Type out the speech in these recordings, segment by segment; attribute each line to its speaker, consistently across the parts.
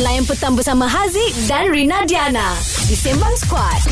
Speaker 1: Layan petang bersama Haziq dan Rina Diana di Sembang Squad.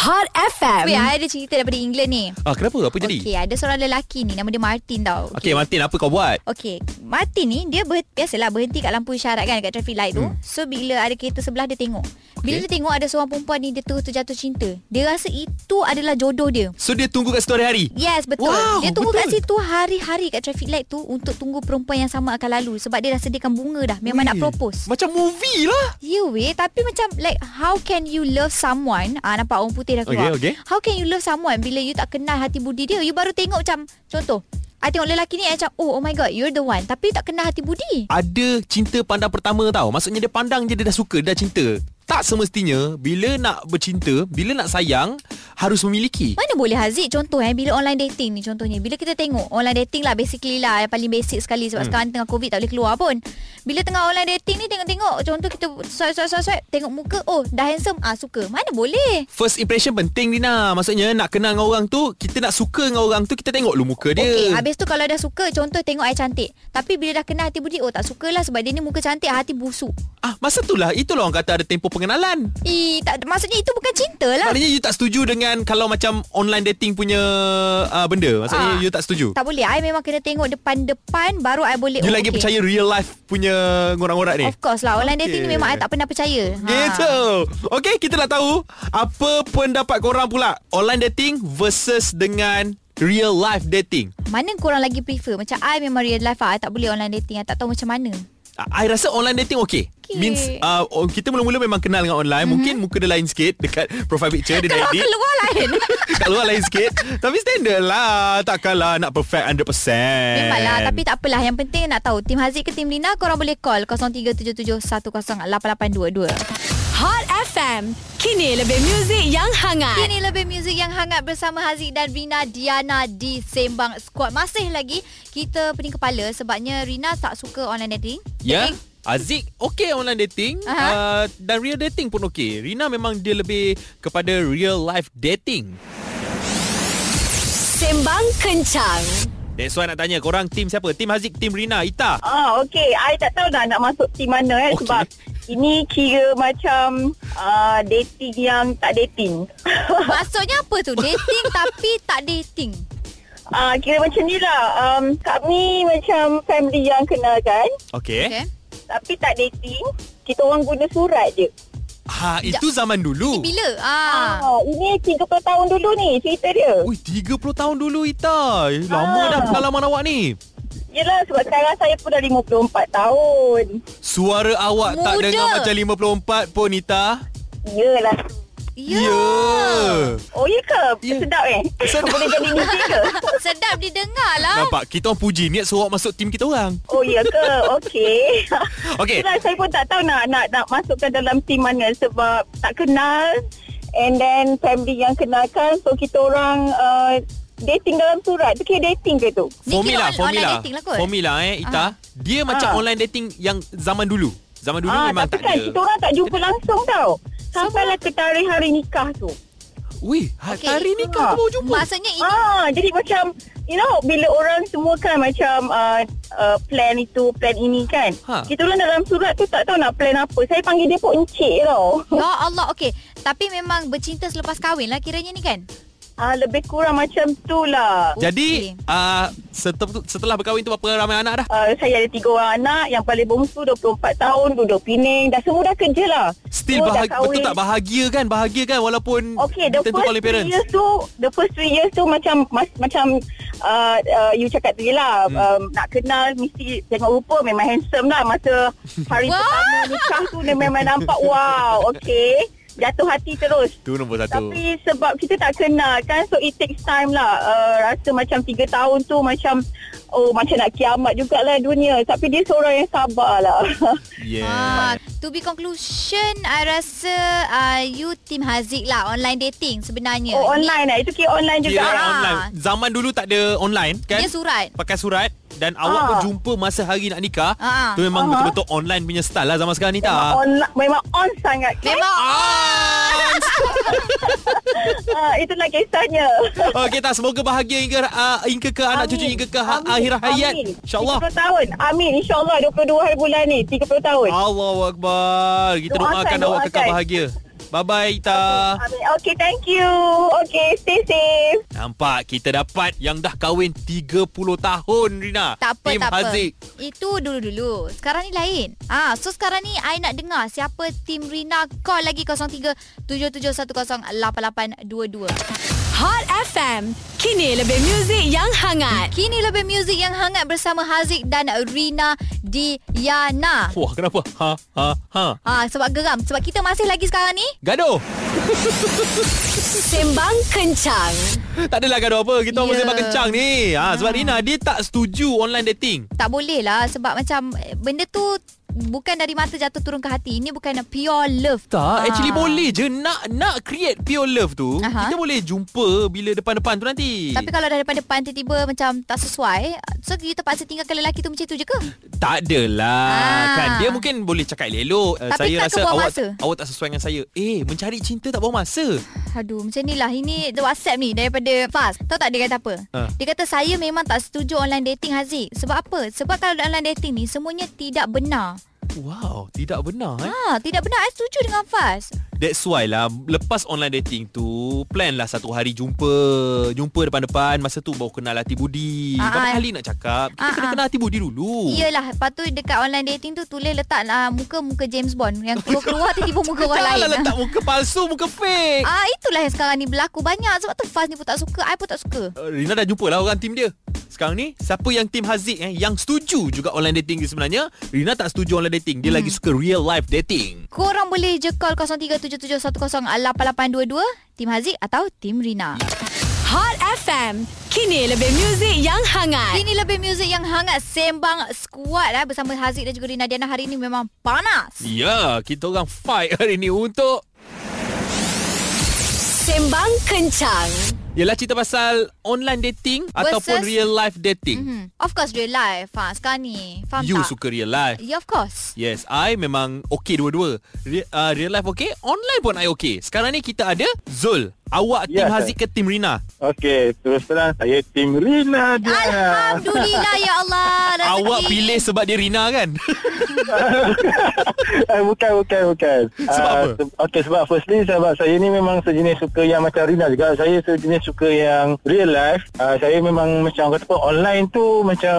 Speaker 1: Hot FM.
Speaker 2: Wait, I ada cerita daripada England ni.
Speaker 3: Ah, kenapa? Apa jadi?
Speaker 2: Okey, ada seorang lelaki ni nama dia Martin tau.
Speaker 3: Okey, okay, Martin, apa kau buat?
Speaker 2: Okey, Martin ni dia ber, biasalah berhenti kat lampu isyarat kan kat traffic light tu. Hmm. So bila ada kereta sebelah dia tengok. Bila
Speaker 3: Okey.
Speaker 2: dia tengok ada seorang perempuan ni dia terus terjatuh cinta. Dia rasa itu adalah jodoh dia.
Speaker 3: So dia tunggu kat situ hari-hari.
Speaker 2: Yes, betul.
Speaker 3: Wow,
Speaker 2: dia tunggu kat
Speaker 3: betul.
Speaker 2: situ hari-hari kat traffic light tu untuk tunggu perempuan yang sama akan lalu sebab dia dah sediakan bunga dah. Memang nak
Speaker 3: Weh,
Speaker 2: propose.
Speaker 3: Macam movie lah.
Speaker 2: Ya weh Tapi macam Like how can you love someone ah, Nampak orang putih dah keluar
Speaker 3: Okay, okay.
Speaker 2: How can you love someone Bila you tak kenal hati budi dia You baru tengok macam Contoh I tengok lelaki ni I macam Oh oh my god You're the one Tapi you tak kenal hati budi
Speaker 3: Ada cinta pandang pertama tau. Maksudnya dia pandang je dia dah suka, dia dah cinta. Tak semestinya bila nak bercinta, bila nak sayang, harus memiliki.
Speaker 2: mana boleh Haziq Contoh eh Bila online dating ni contohnya Bila kita tengok Online dating lah Basically lah Yang paling basic sekali Sebab hmm. sekarang tengah covid Tak boleh keluar pun Bila tengah online dating ni Tengok-tengok Contoh kita swipe swipe swipe, swipe Tengok muka Oh dah handsome ah Suka Mana boleh
Speaker 3: First impression penting Rina Maksudnya nak kenal dengan orang tu Kita nak suka dengan orang tu Kita tengok lu muka dia
Speaker 2: Okey, habis tu kalau dah suka Contoh tengok I cantik Tapi bila dah kena hati budi Oh tak sukalah Sebab dia ni muka cantik Hati busuk
Speaker 3: Ah, Masa tu lah Itulah orang kata ada tempoh pengenalan
Speaker 2: Ih, tak, maksudnya itu bukan cinta lah
Speaker 3: Maknanya you tak setuju dengan Kalau macam online dating punya uh, Benda Maksudnya
Speaker 2: Ah.
Speaker 3: you tak setuju
Speaker 2: Tak boleh I memang kena tengok depan-depan Baru I boleh
Speaker 3: You
Speaker 2: oh,
Speaker 3: lagi
Speaker 2: okey.
Speaker 3: percaya real life punya ngorak-ngorak ni?
Speaker 2: Of course lah Online
Speaker 3: Okey.
Speaker 2: dating ni memang I tak pernah percaya Ha.
Speaker 3: Gitu. Okey, kita nak tahu apa pendapat korang pula online dating versus dengan real life dating.
Speaker 2: Mana korang lagi prefer Macam I memang real life lah I tak boleh online dating I tak tahu macam mana
Speaker 3: I I rasa online dating okey.
Speaker 2: Okey.
Speaker 3: Means uh, oh, kita mula-mula memang kenal dengan online. Mm-hmm. Mungkin muka dia lain sikit dekat profile picture dia dah
Speaker 2: Kalau
Speaker 3: edit.
Speaker 2: keluar lain
Speaker 3: Kat luar lain sikit Tapi standard lah Takkanlah nak perfect 100%
Speaker 2: Memang lah Tapi tak apalah Yang penting nak tahu Tim Haziq ke Tim Lina Korang boleh call 0377108822
Speaker 1: Hot FM. Kini lebih muzik yang hangat.
Speaker 2: Kini lebih muzik yang hangat bersama Haziq dan Rina Diana di Sembang Squad. Masih lagi kita pening kepala sebabnya Rina tak suka online dating.
Speaker 3: Ya
Speaker 2: Dating.
Speaker 3: Aziz okay online dating
Speaker 2: Aha.
Speaker 3: uh, Dan real dating pun okay Rina memang dia lebih kepada real life dating
Speaker 1: Sembang kencang.
Speaker 3: That's why nak tanya korang team siapa? Team Haziq, team Rina, Ita
Speaker 4: Ah, okey. I tak tahu dah nak masuk team mana eh
Speaker 3: Okey.
Speaker 4: okay. sebab ini kira macam uh, dating yang tak dating.
Speaker 2: Maksudnya apa tu? Dating tapi tak dating.
Speaker 4: Ah, uh, kira macam ni lah. Um, kami macam family yang kenal kan
Speaker 3: Okay, okay.
Speaker 2: Okay.
Speaker 4: tapi tak dating. Kita orang guna surat je.
Speaker 3: Ha, itu zaman dulu
Speaker 2: Bila? Ah.
Speaker 4: Ah, ini 30 tahun dulu ni cerita dia.
Speaker 3: Ui, 30 tahun dulu Ita Eh,
Speaker 2: Ah.
Speaker 3: Lama dah pengalaman awak ni
Speaker 4: Yelah sebab sekarang saya pun dah 54 tahun.
Speaker 3: Suara awak tak
Speaker 2: Muda.
Speaker 3: dengar macam 54 pun Ita
Speaker 4: Yelah.
Speaker 2: Ya.
Speaker 4: Oh ya ke?
Speaker 3: Ya.
Speaker 4: Yeah. Sedap eh?
Speaker 3: Sedap.
Speaker 4: Boleh jadi muzik ke?
Speaker 2: Sedap didengar lah.
Speaker 3: Nampak, kita orang puji niat suruh awak masuk team kita orang
Speaker 4: Oh ya ke? Okey.
Speaker 3: Okay,
Speaker 4: Itulah saya pun tak tahu nak nak nak masukkan dalam team mana sebab tak kenal and then family yang kenalkan so kita orang uh, dating dalam surat tu kira dating ke tu?
Speaker 2: Ni kira
Speaker 3: Formula,
Speaker 2: on-
Speaker 3: formula.
Speaker 2: online dating lah kot.
Speaker 3: Formula eh, Ita.
Speaker 2: Ah.
Speaker 3: Dia macam
Speaker 4: Ah.
Speaker 3: online dating yang zaman dulu. Zaman dulu memang tak
Speaker 4: tapi kan
Speaker 3: ada.
Speaker 4: kita orang tak jumpa langsung tau. Sampailah ke tarikh hari nikah tu.
Speaker 3: Wih, okay.
Speaker 2: Okey.
Speaker 3: hari ni kau
Speaker 4: Ah.
Speaker 3: baru jumpa.
Speaker 2: Maksudnya ini
Speaker 4: Ah, jadi macam you know bila orang semua kan macam uh, uh, plan itu, plan ini kan.
Speaker 3: Ha.
Speaker 4: Kita orang dalam surat tu tak tahu nak plan apa. Saya panggil dia pun encik tau.
Speaker 2: Ya Allah, okey. Tapi memang bercinta selepas kahwin lah kiranya ni kan?
Speaker 4: Ah, lebih kurang macam tu lah.
Speaker 3: Jadi, uh, setelah, setelah berkahwin tu berapa ramai anak dah?
Speaker 4: Uh, saya ada tiga orang anak Yang paling bongsu 24 tahun Duduk Penang Dah semua dah kerja lah
Speaker 3: Still
Speaker 4: Semua dah
Speaker 3: bahagi, betul
Speaker 4: kahwin.
Speaker 3: tak bahagia kan? Bahagia kan walaupun
Speaker 4: Okay the
Speaker 3: ditentukan
Speaker 4: first
Speaker 3: oleh
Speaker 4: three
Speaker 3: parents.
Speaker 4: years tu The first three years tu Macam mas, Macam uh, uh, You cakap tadi lah
Speaker 3: Hmm.
Speaker 4: hmm. um, Nak kenal Mesti tengok rupa Memang handsome lah Masa hari
Speaker 2: Wah.
Speaker 4: pertama nikah tu Dia memang nampak Wow Okay Jatuh hati terus
Speaker 3: Tu nombor satu.
Speaker 4: Tapi sebab kita tak kenal kan So it takes time lah uh, Rasa macam 3 tahun tu macam Oh macam nak kiamat jugalah dunia Tapi dia seorang yang sabar lah
Speaker 3: Yeah.
Speaker 2: Ah, to be conclusion, I rasa uh, you team Haziq lah online dating sebenarnya.
Speaker 4: Oh online lah Itu kira online juga
Speaker 3: Kira
Speaker 4: yeah.
Speaker 2: Ah.
Speaker 3: online. Zaman dulu tak ada online
Speaker 2: Ni,
Speaker 3: kan?
Speaker 2: dia surat.
Speaker 3: Pakai surat dan awak pun
Speaker 4: Ah.
Speaker 3: jumpa masa hari nak nikah.
Speaker 2: Ah.
Speaker 3: Tu memang
Speaker 4: Ah.
Speaker 3: betul-betul online punya style lah zaman sekarang ni
Speaker 4: Memang
Speaker 3: tak. Ah.
Speaker 4: on, memang on sangat kan?
Speaker 2: Memang
Speaker 3: On
Speaker 4: Ah, itulah kisahnya.
Speaker 3: Okey tak semoga bahagia hingga uh, hingga ke anak
Speaker 4: Amin.
Speaker 3: cucu hingga ke ha-
Speaker 4: Amin.
Speaker 3: akhir hayat.
Speaker 4: Amin.
Speaker 3: Insya-Allah.
Speaker 4: 30 tahun. Amin. InsyaAllah 22 hari bulan ni. 30 tahun.
Speaker 3: Allahu akbar. Kita doakan,
Speaker 4: Doakan,
Speaker 3: doakan awak
Speaker 4: doakan.
Speaker 3: kekal bahagia. Bye bye Ita.
Speaker 4: Amin. Okay, thank you. Okay, stay safe.
Speaker 3: Nampak kita dapat yang dah kahwin 30 tahun Rina.
Speaker 2: Tak apa,
Speaker 3: Tim
Speaker 2: tak apa.
Speaker 3: Haziq.
Speaker 2: Itu dulu-dulu. Sekarang ni lain. Ah, so sekarang ni I nak dengar siapa tim Rina call lagi 03 7710 8822.
Speaker 1: Hot FM. Kini lebih muzik yang hangat.
Speaker 2: Kini lebih muzik yang hangat bersama Haziq dan Rina Diana.
Speaker 3: Wah, kenapa? Ha ha ha.
Speaker 2: Ah, sebab geram sebab kita masih lagi sekarang ni
Speaker 3: Gaduh.
Speaker 1: Sembang kencang.
Speaker 3: Tak adalah gaduh apa.
Speaker 2: Ya.
Speaker 3: Kita yeah. masih kencang ni. Ha, sebab Rina dia tak setuju online dating.
Speaker 2: tak boleh lah sebab macam eh, benda tu bukan dari mata jatuh turun ke hati. Ini bukan pure love.
Speaker 3: Tak,
Speaker 2: Ah.
Speaker 3: actually boleh je nak nak create pure love tu.
Speaker 2: Aha.
Speaker 3: Kita boleh jumpa bila depan-depan tu nanti.
Speaker 2: Tapi kalau dah depan-depan tiba-tiba macam tak sesuai, so kita terpaksa tinggalkan lelaki tu macam tu je ke?
Speaker 3: Tak adalah
Speaker 2: Ah.
Speaker 3: Kan dia mungkin boleh cakap elok-elok Eh,
Speaker 2: Tapi
Speaker 3: Saya
Speaker 2: tak
Speaker 3: rasa
Speaker 2: kebuang
Speaker 3: awak,
Speaker 2: masa.
Speaker 3: awak tak sesuai dengan saya Eh mencari cinta tak buang masa
Speaker 2: Aduh macam ni lah Ini the WhatsApp ni Daripada Faz Tahu tak dia kata apa
Speaker 3: Ha.
Speaker 2: Dia kata saya memang tak setuju Online dating Haziq Sebab apa Sebab kalau online dating ni Semuanya tidak benar
Speaker 3: Wow tidak benar eh
Speaker 2: Ha tidak benar Saya setuju dengan Faz
Speaker 3: That's why lah Lepas online dating tu Plan lah satu hari jumpa Jumpa depan-depan Masa tu baru kenal hati budi
Speaker 2: Ah,
Speaker 3: Berapa
Speaker 2: ah.
Speaker 3: kali nak cakap Kita
Speaker 2: Ah,
Speaker 3: kena
Speaker 2: ah.
Speaker 3: kenal hati budi dulu
Speaker 2: Iyalah Lepas tu dekat online dating tu Tulis letak lah Muka-muka James Bond Yang keluar-keluar tiba-tiba muka orang
Speaker 3: Janganlah
Speaker 2: lain
Speaker 3: letak muka palsu Muka fake
Speaker 2: Ah itulah yang sekarang ni berlaku banyak Sebab tu Faz ni pun tak suka I pun tak suka
Speaker 3: Uh, Rina dah jumpa lah orang tim dia. Sekarang ni, siapa yang tim Haziq eh, yang setuju juga online dating ni sebenarnya, Rina tak setuju online dating. Dia hmm. lagi suka real life dating.
Speaker 2: Korang boleh je call 0377108822 Tim Haziq atau Tim Rina
Speaker 1: Hot FM. Kini lebih muzik yang hangat.
Speaker 2: Ini lebih muzik yang hangat Sembang Squad eh, Bersama Haziq dan juga Rina Diana Hari ini memang panas
Speaker 3: Ya, yeah, kita orang fight hari ni untuk
Speaker 1: Sembang kencang.
Speaker 3: Ialah cerita pasal online dating Versus, ataupun real life dating. Mm-hmm.
Speaker 2: hmm. Of course real life ha, Sekarang ni Faham
Speaker 3: You
Speaker 2: tak?
Speaker 3: suka real life.
Speaker 2: Ya yeah, of course
Speaker 3: Yes, I memang okay dua-dua. Re- uh, real life okay, online pun I okay. Sekarang ni kita ada Zul. Awak tim
Speaker 5: Ya, saya.
Speaker 3: Haziq ke tim Rina?
Speaker 5: Okey, terus terang saya tim Rina dia.
Speaker 2: Alhamdulillah ya Allah rezeki.
Speaker 3: Awak pilih sebab dia Rina kan?
Speaker 5: Eh, bukan, bukan, bukan.
Speaker 3: Sebab
Speaker 5: Ah,
Speaker 3: apa?
Speaker 5: se- Okey, sebab firstly sebab saya ni memang sejenis suka yang macam Rina juga. Saya sejenis suka yang real life. Ah, saya memang macam orang kata apa online tu macam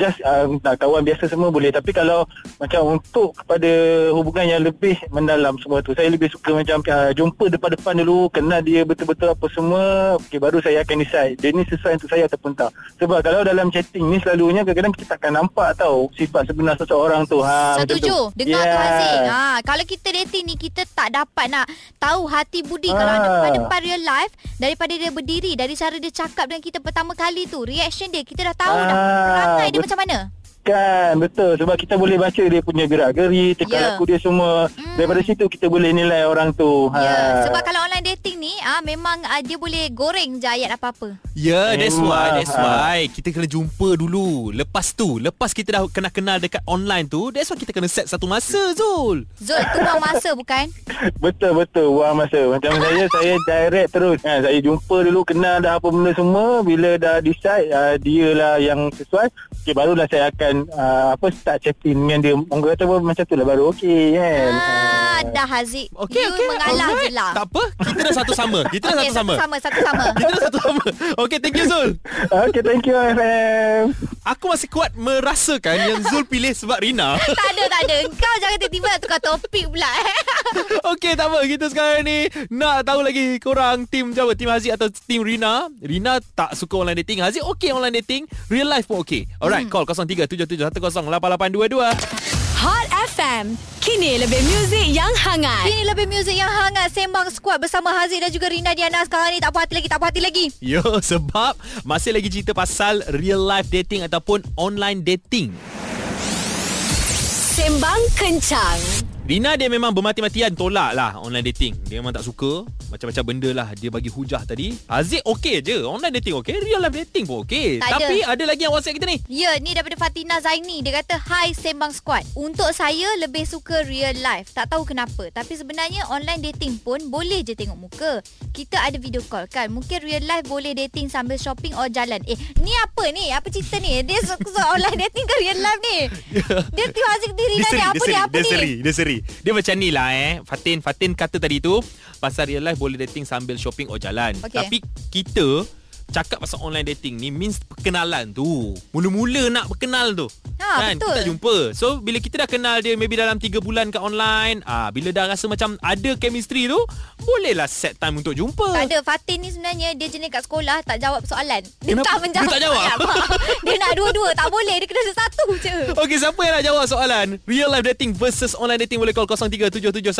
Speaker 5: just um, nak kawan biasa semua boleh tapi kalau macam untuk kepada hubungan yang lebih mendalam semua tu saya lebih suka macam uh, jumpa depan-depan dulu kenal dia betul-betul apa semua okay, baru saya akan decide dia ni sesuai untuk saya ataupun tak sebab kalau dalam chatting ni selalunya kadang-kadang kita takkan nampak tau sifat sebenar seseorang tu ha, macam
Speaker 2: Setuju
Speaker 5: tu.
Speaker 2: Dengar yeah. tu Haziq ha, Kalau kita dating ni Kita tak dapat nak Tahu hati budi
Speaker 5: Ah.
Speaker 2: Kalau depan depan real life Daripada dia berdiri Dari cara dia cakap Dengan kita pertama kali tu Reaction dia Kita dah tahu dah
Speaker 5: Ah,
Speaker 2: Perangai dia
Speaker 5: betul.
Speaker 2: macam mana
Speaker 5: Kan betul sebab kita boleh baca dia punya gerak geri, cakap
Speaker 2: Ya.
Speaker 5: yeah. aku dia semua.
Speaker 2: Hmm.
Speaker 5: Daripada situ kita boleh nilai orang tu. Ha.
Speaker 2: Ya, sebab kalau online dating ni ah memang ah, dia boleh goreng je ayat apa-apa.
Speaker 3: Ya, yeah, that's why,
Speaker 5: Memang,
Speaker 3: that's
Speaker 5: ha.
Speaker 3: why. Kita kena jumpa dulu. Lepas tu, lepas kita dah kena kenal dekat online tu, that's why kita kena set satu masa, Zul.
Speaker 2: Zul tu buang masa bukan?
Speaker 5: Betul betul buang masa. Macam saya saya direct terus. Ha, saya jumpa dulu kenal dah apa benda semua bila dah decide uh, dia lah yang sesuai. Okey barulah saya akan uh, apa start chatting dengan dia. Orang kata apa macam tu lah baru okey kan.
Speaker 2: Ah, dah Haziq.
Speaker 3: Okay,
Speaker 2: you
Speaker 3: okay.
Speaker 2: mengalah
Speaker 3: alright.
Speaker 2: je lah.
Speaker 3: Tak apa, kita dah satu sama. Kita dah
Speaker 2: Okey,
Speaker 3: satu sama.
Speaker 2: sama. Satu sama,
Speaker 3: Kita dah satu sama. Okay, thank you, Zul.
Speaker 5: Ha. Okey thank you FM.
Speaker 3: Aku masih kuat merasakan yang Zul pilih sebab Rina.
Speaker 2: tak ada, tak ada. Kau jangan tiba-tiba nak tukar topik pula eh.
Speaker 3: Okey, tak apa. Kita sekarang ni nak tahu lagi korang tim Jawa, tim Haziq atau tim Rina. Rina tak suka online dating. Haziq okey online dating. Real life pun okey. Alright, hmm. call 0377108822.
Speaker 1: Hot FM. Kini lebih muzik yang hangat.
Speaker 2: Ini lebih muzik yang hangat Sembang Squad bersama Haziq dan juga Rina Diana Sekarang ni tak puas hati lagi, tak puas hati lagi
Speaker 3: Yo, Ya, sebab masih lagi cerita pasal real life dating ataupun online dating.
Speaker 1: Sembang kencang.
Speaker 3: Rina dia memang bermati-matian tolak lah online dating. Dia memang tak suka. Macam-macam benda lah. Dia bagi hujah tadi. Aziz okey je. Online dating okey. Real life dating pun okey.
Speaker 2: Tak ada.
Speaker 3: Tapi ada. lagi yang WhatsApp kita ni.
Speaker 2: Ya, ni daripada Fatina Zaini. Dia kata, Hai Sembang Squad. Untuk saya, lebih suka real life. Tak tahu kenapa. Tapi sebenarnya online dating pun boleh je tengok muka. Kita ada video call kan. Mungkin real life boleh dating sambil shopping or jalan. Eh, ni apa ni? Apa cerita ni? Dia suka online dating ke real life ni? Dia tiba asyik diri
Speaker 3: Ya.
Speaker 2: lah
Speaker 3: Dia
Speaker 2: ni. Apa ni?
Speaker 3: seri, dia seri,
Speaker 2: Apa
Speaker 3: dia
Speaker 2: ni?
Speaker 3: seri, dia seri. Dia macam ni lah eh. Fatin, Fatin kata tadi tu, pasal real life boleh dating sambil shopping or jalan.
Speaker 2: Okey.
Speaker 3: Tapi kita cakap pasal online dating ni means perkenalan tu. Mula-mula nak berkenal tu.
Speaker 2: Ha,
Speaker 3: kan?
Speaker 2: betul.
Speaker 3: Kita tak jumpa. So, bila kita dah kenal dia maybe dalam 3 bulan kat online, ah bila dah rasa macam ada chemistry tu, bolehlah set time untuk jumpa.
Speaker 2: Tak ada Fatin ni sebenarnya Dia jenis kat sekolah Tak jawab soalan Dia
Speaker 3: Kenapa?
Speaker 2: tak menjawab
Speaker 3: Dia tak jawab?
Speaker 2: soalan. Dia nak dua-dua Tak boleh Dia kena satu je
Speaker 3: Okey, siapa yang nak jawab soalan? Real life dating versus online dating boleh call 0377108822.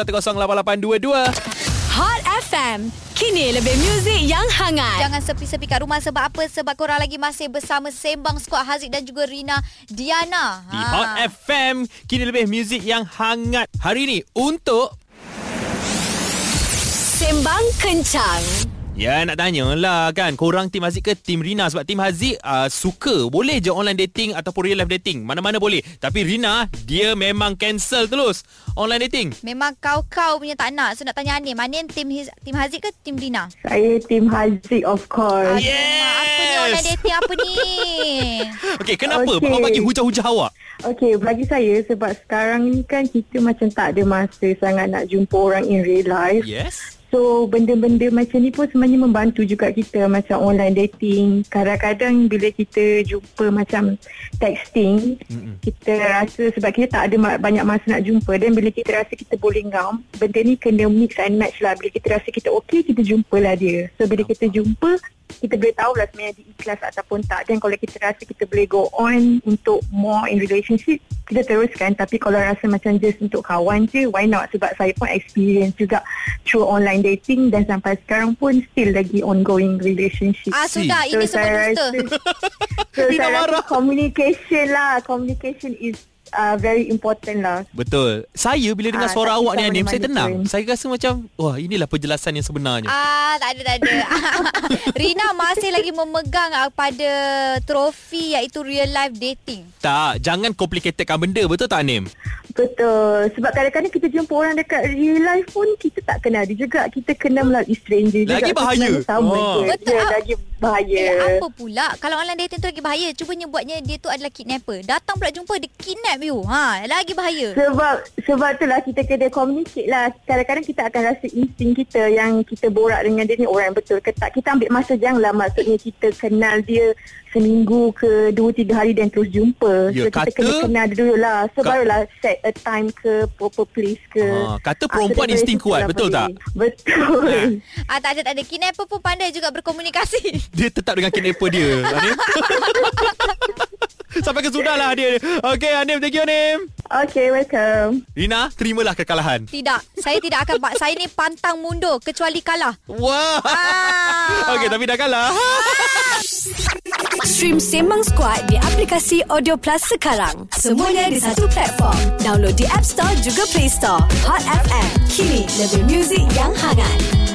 Speaker 1: Hot FM. Kini lebih muzik yang hangat.
Speaker 2: Jangan sepi-sepi kat rumah Sebab apa Sebab korang lagi masih bersama Sembang Squad Haziq dan juga Rina Diana Ha.
Speaker 3: di Hot
Speaker 2: Ah.
Speaker 3: FM. Kini lebih muzik yang hangat hari ini untuk
Speaker 1: Sembang kencang.
Speaker 3: Ya nak tanya lah kan Korang tim Haziq ke tim Rina Sebab tim Haziq uh, suka Boleh je online dating Ataupun real life dating Mana-mana boleh Tapi Rina Dia memang cancel terus Online dating
Speaker 2: Memang kau-kau punya tak nak So nak tanya Anim Anim tim, Hiz- tim Haziq ke tim Rina?
Speaker 4: Saya tim Haziq of course.
Speaker 2: Aduh, Mak, Apa ni
Speaker 3: Yes.
Speaker 2: online dating apa ni?
Speaker 3: Okay kenapa
Speaker 4: Okey.
Speaker 3: okay. Awak bagi hujah-hujah awak
Speaker 4: Okey, bagi saya sebab sekarang ni kan kita macam tak ada masa sangat nak jumpa orang in real life.
Speaker 3: Yes
Speaker 4: So, benda-benda macam ni pun sebenarnya membantu juga kita macam online dating. Kadang-kadang bila kita jumpa macam texting,
Speaker 3: Mm-mm.
Speaker 4: kita rasa sebab kita tak ada ma- banyak masa nak jumpa dan bila kita rasa kita boleh ngam, benda ni kena mix and match lah. Bila kita rasa kita okey, kita jumpalah dia. So, bila kita jumpa, kita boleh tahulah sebenarnya dia ikhlas ataupun tak. Dan kalau kita rasa kita boleh go on untuk more in relationship, kita teruskan. Tapi kalau rasa macam just untuk kawan je, why not? Sebab saya pun experience juga through online dating dan sampai sekarang pun still lagi ongoing relationship.
Speaker 2: ah sudah ini
Speaker 4: So,
Speaker 2: semua
Speaker 4: saya
Speaker 2: dusta.
Speaker 4: rasa- So,
Speaker 3: Rina
Speaker 4: saya rasa
Speaker 3: marah.
Speaker 4: communication lah. Communication is uh, very important lah.
Speaker 3: Betul Saya bila dengar
Speaker 4: Ah,
Speaker 3: suara
Speaker 4: tak
Speaker 3: awak ni
Speaker 4: kisah
Speaker 3: Anim Saya
Speaker 4: mana-mana
Speaker 3: tenang
Speaker 4: pun.
Speaker 3: Saya rasa macam Wah inilah penjelasan yang sebenarnya
Speaker 2: Ah, tak ada, tak ada. Rina masih lagi memegang ah, pada trofi iaitu real life dating.
Speaker 3: Tak Jangan complicatedkan benda Betul tak Anim
Speaker 4: Betul. Sebab kadang-kadang kita jumpa orang dekat real life pun kita tak kenal dia juga. Kita kenal melalui stranger juga.
Speaker 3: Lagi
Speaker 4: So,
Speaker 3: bahaya.
Speaker 4: sebenarnya Sama
Speaker 3: Ah.
Speaker 4: je.
Speaker 2: Betul.
Speaker 4: Ya,
Speaker 2: Ah.
Speaker 4: lagi bahaya.
Speaker 2: Eh, apa pula kalau online dating tu lagi bahaya. Cubanya buatnya dia tu adalah kidnapper. Datang pula jumpa dia kidnap you. Ha, lagi bahaya.
Speaker 4: Sebab sebab itulah kita kena communicate lah. Kadang-kadang kita akan rasa insting kita yang kita borak dengan dia ni orang yang betul ke tak. Kita ambil masa yang lah maksudnya kita kenal dia seminggu ke dua tiga hari dan terus jumpa.
Speaker 3: Ya,
Speaker 4: so
Speaker 3: kata-
Speaker 4: kita kena kenal dia dulu lah. So
Speaker 3: Ka-
Speaker 4: barulah set a time ke proper place ke.
Speaker 3: Ah, kata
Speaker 4: Ah,
Speaker 3: perempuan
Speaker 4: so,
Speaker 3: insting
Speaker 4: dari situ
Speaker 3: kuat,
Speaker 4: lah
Speaker 3: betul
Speaker 4: boleh.
Speaker 3: tak?
Speaker 4: Betul.
Speaker 2: Ah, tak ada, tak ada. Kidnapper pun pandai juga berkomunikasi.
Speaker 3: Dia tetap dengan kidnapper dia Anim Sampai ke sudah lah dia Okay Anim Thank you Anim
Speaker 4: Okay, welcome.
Speaker 3: Rina Terimalah kekalahan
Speaker 2: Tidak. Saya tidak akan buat. Saya ni pantang mundur kecuali kalah.
Speaker 3: Wah
Speaker 2: Ah.
Speaker 3: Okay tapi dah kalah
Speaker 1: Stream Sembang Squad di aplikasi Audio Plus sekarang. Semuanya di satu platform. Download di App Store juga Play Store. Hot FM. Kini lebih muzik yang hangat.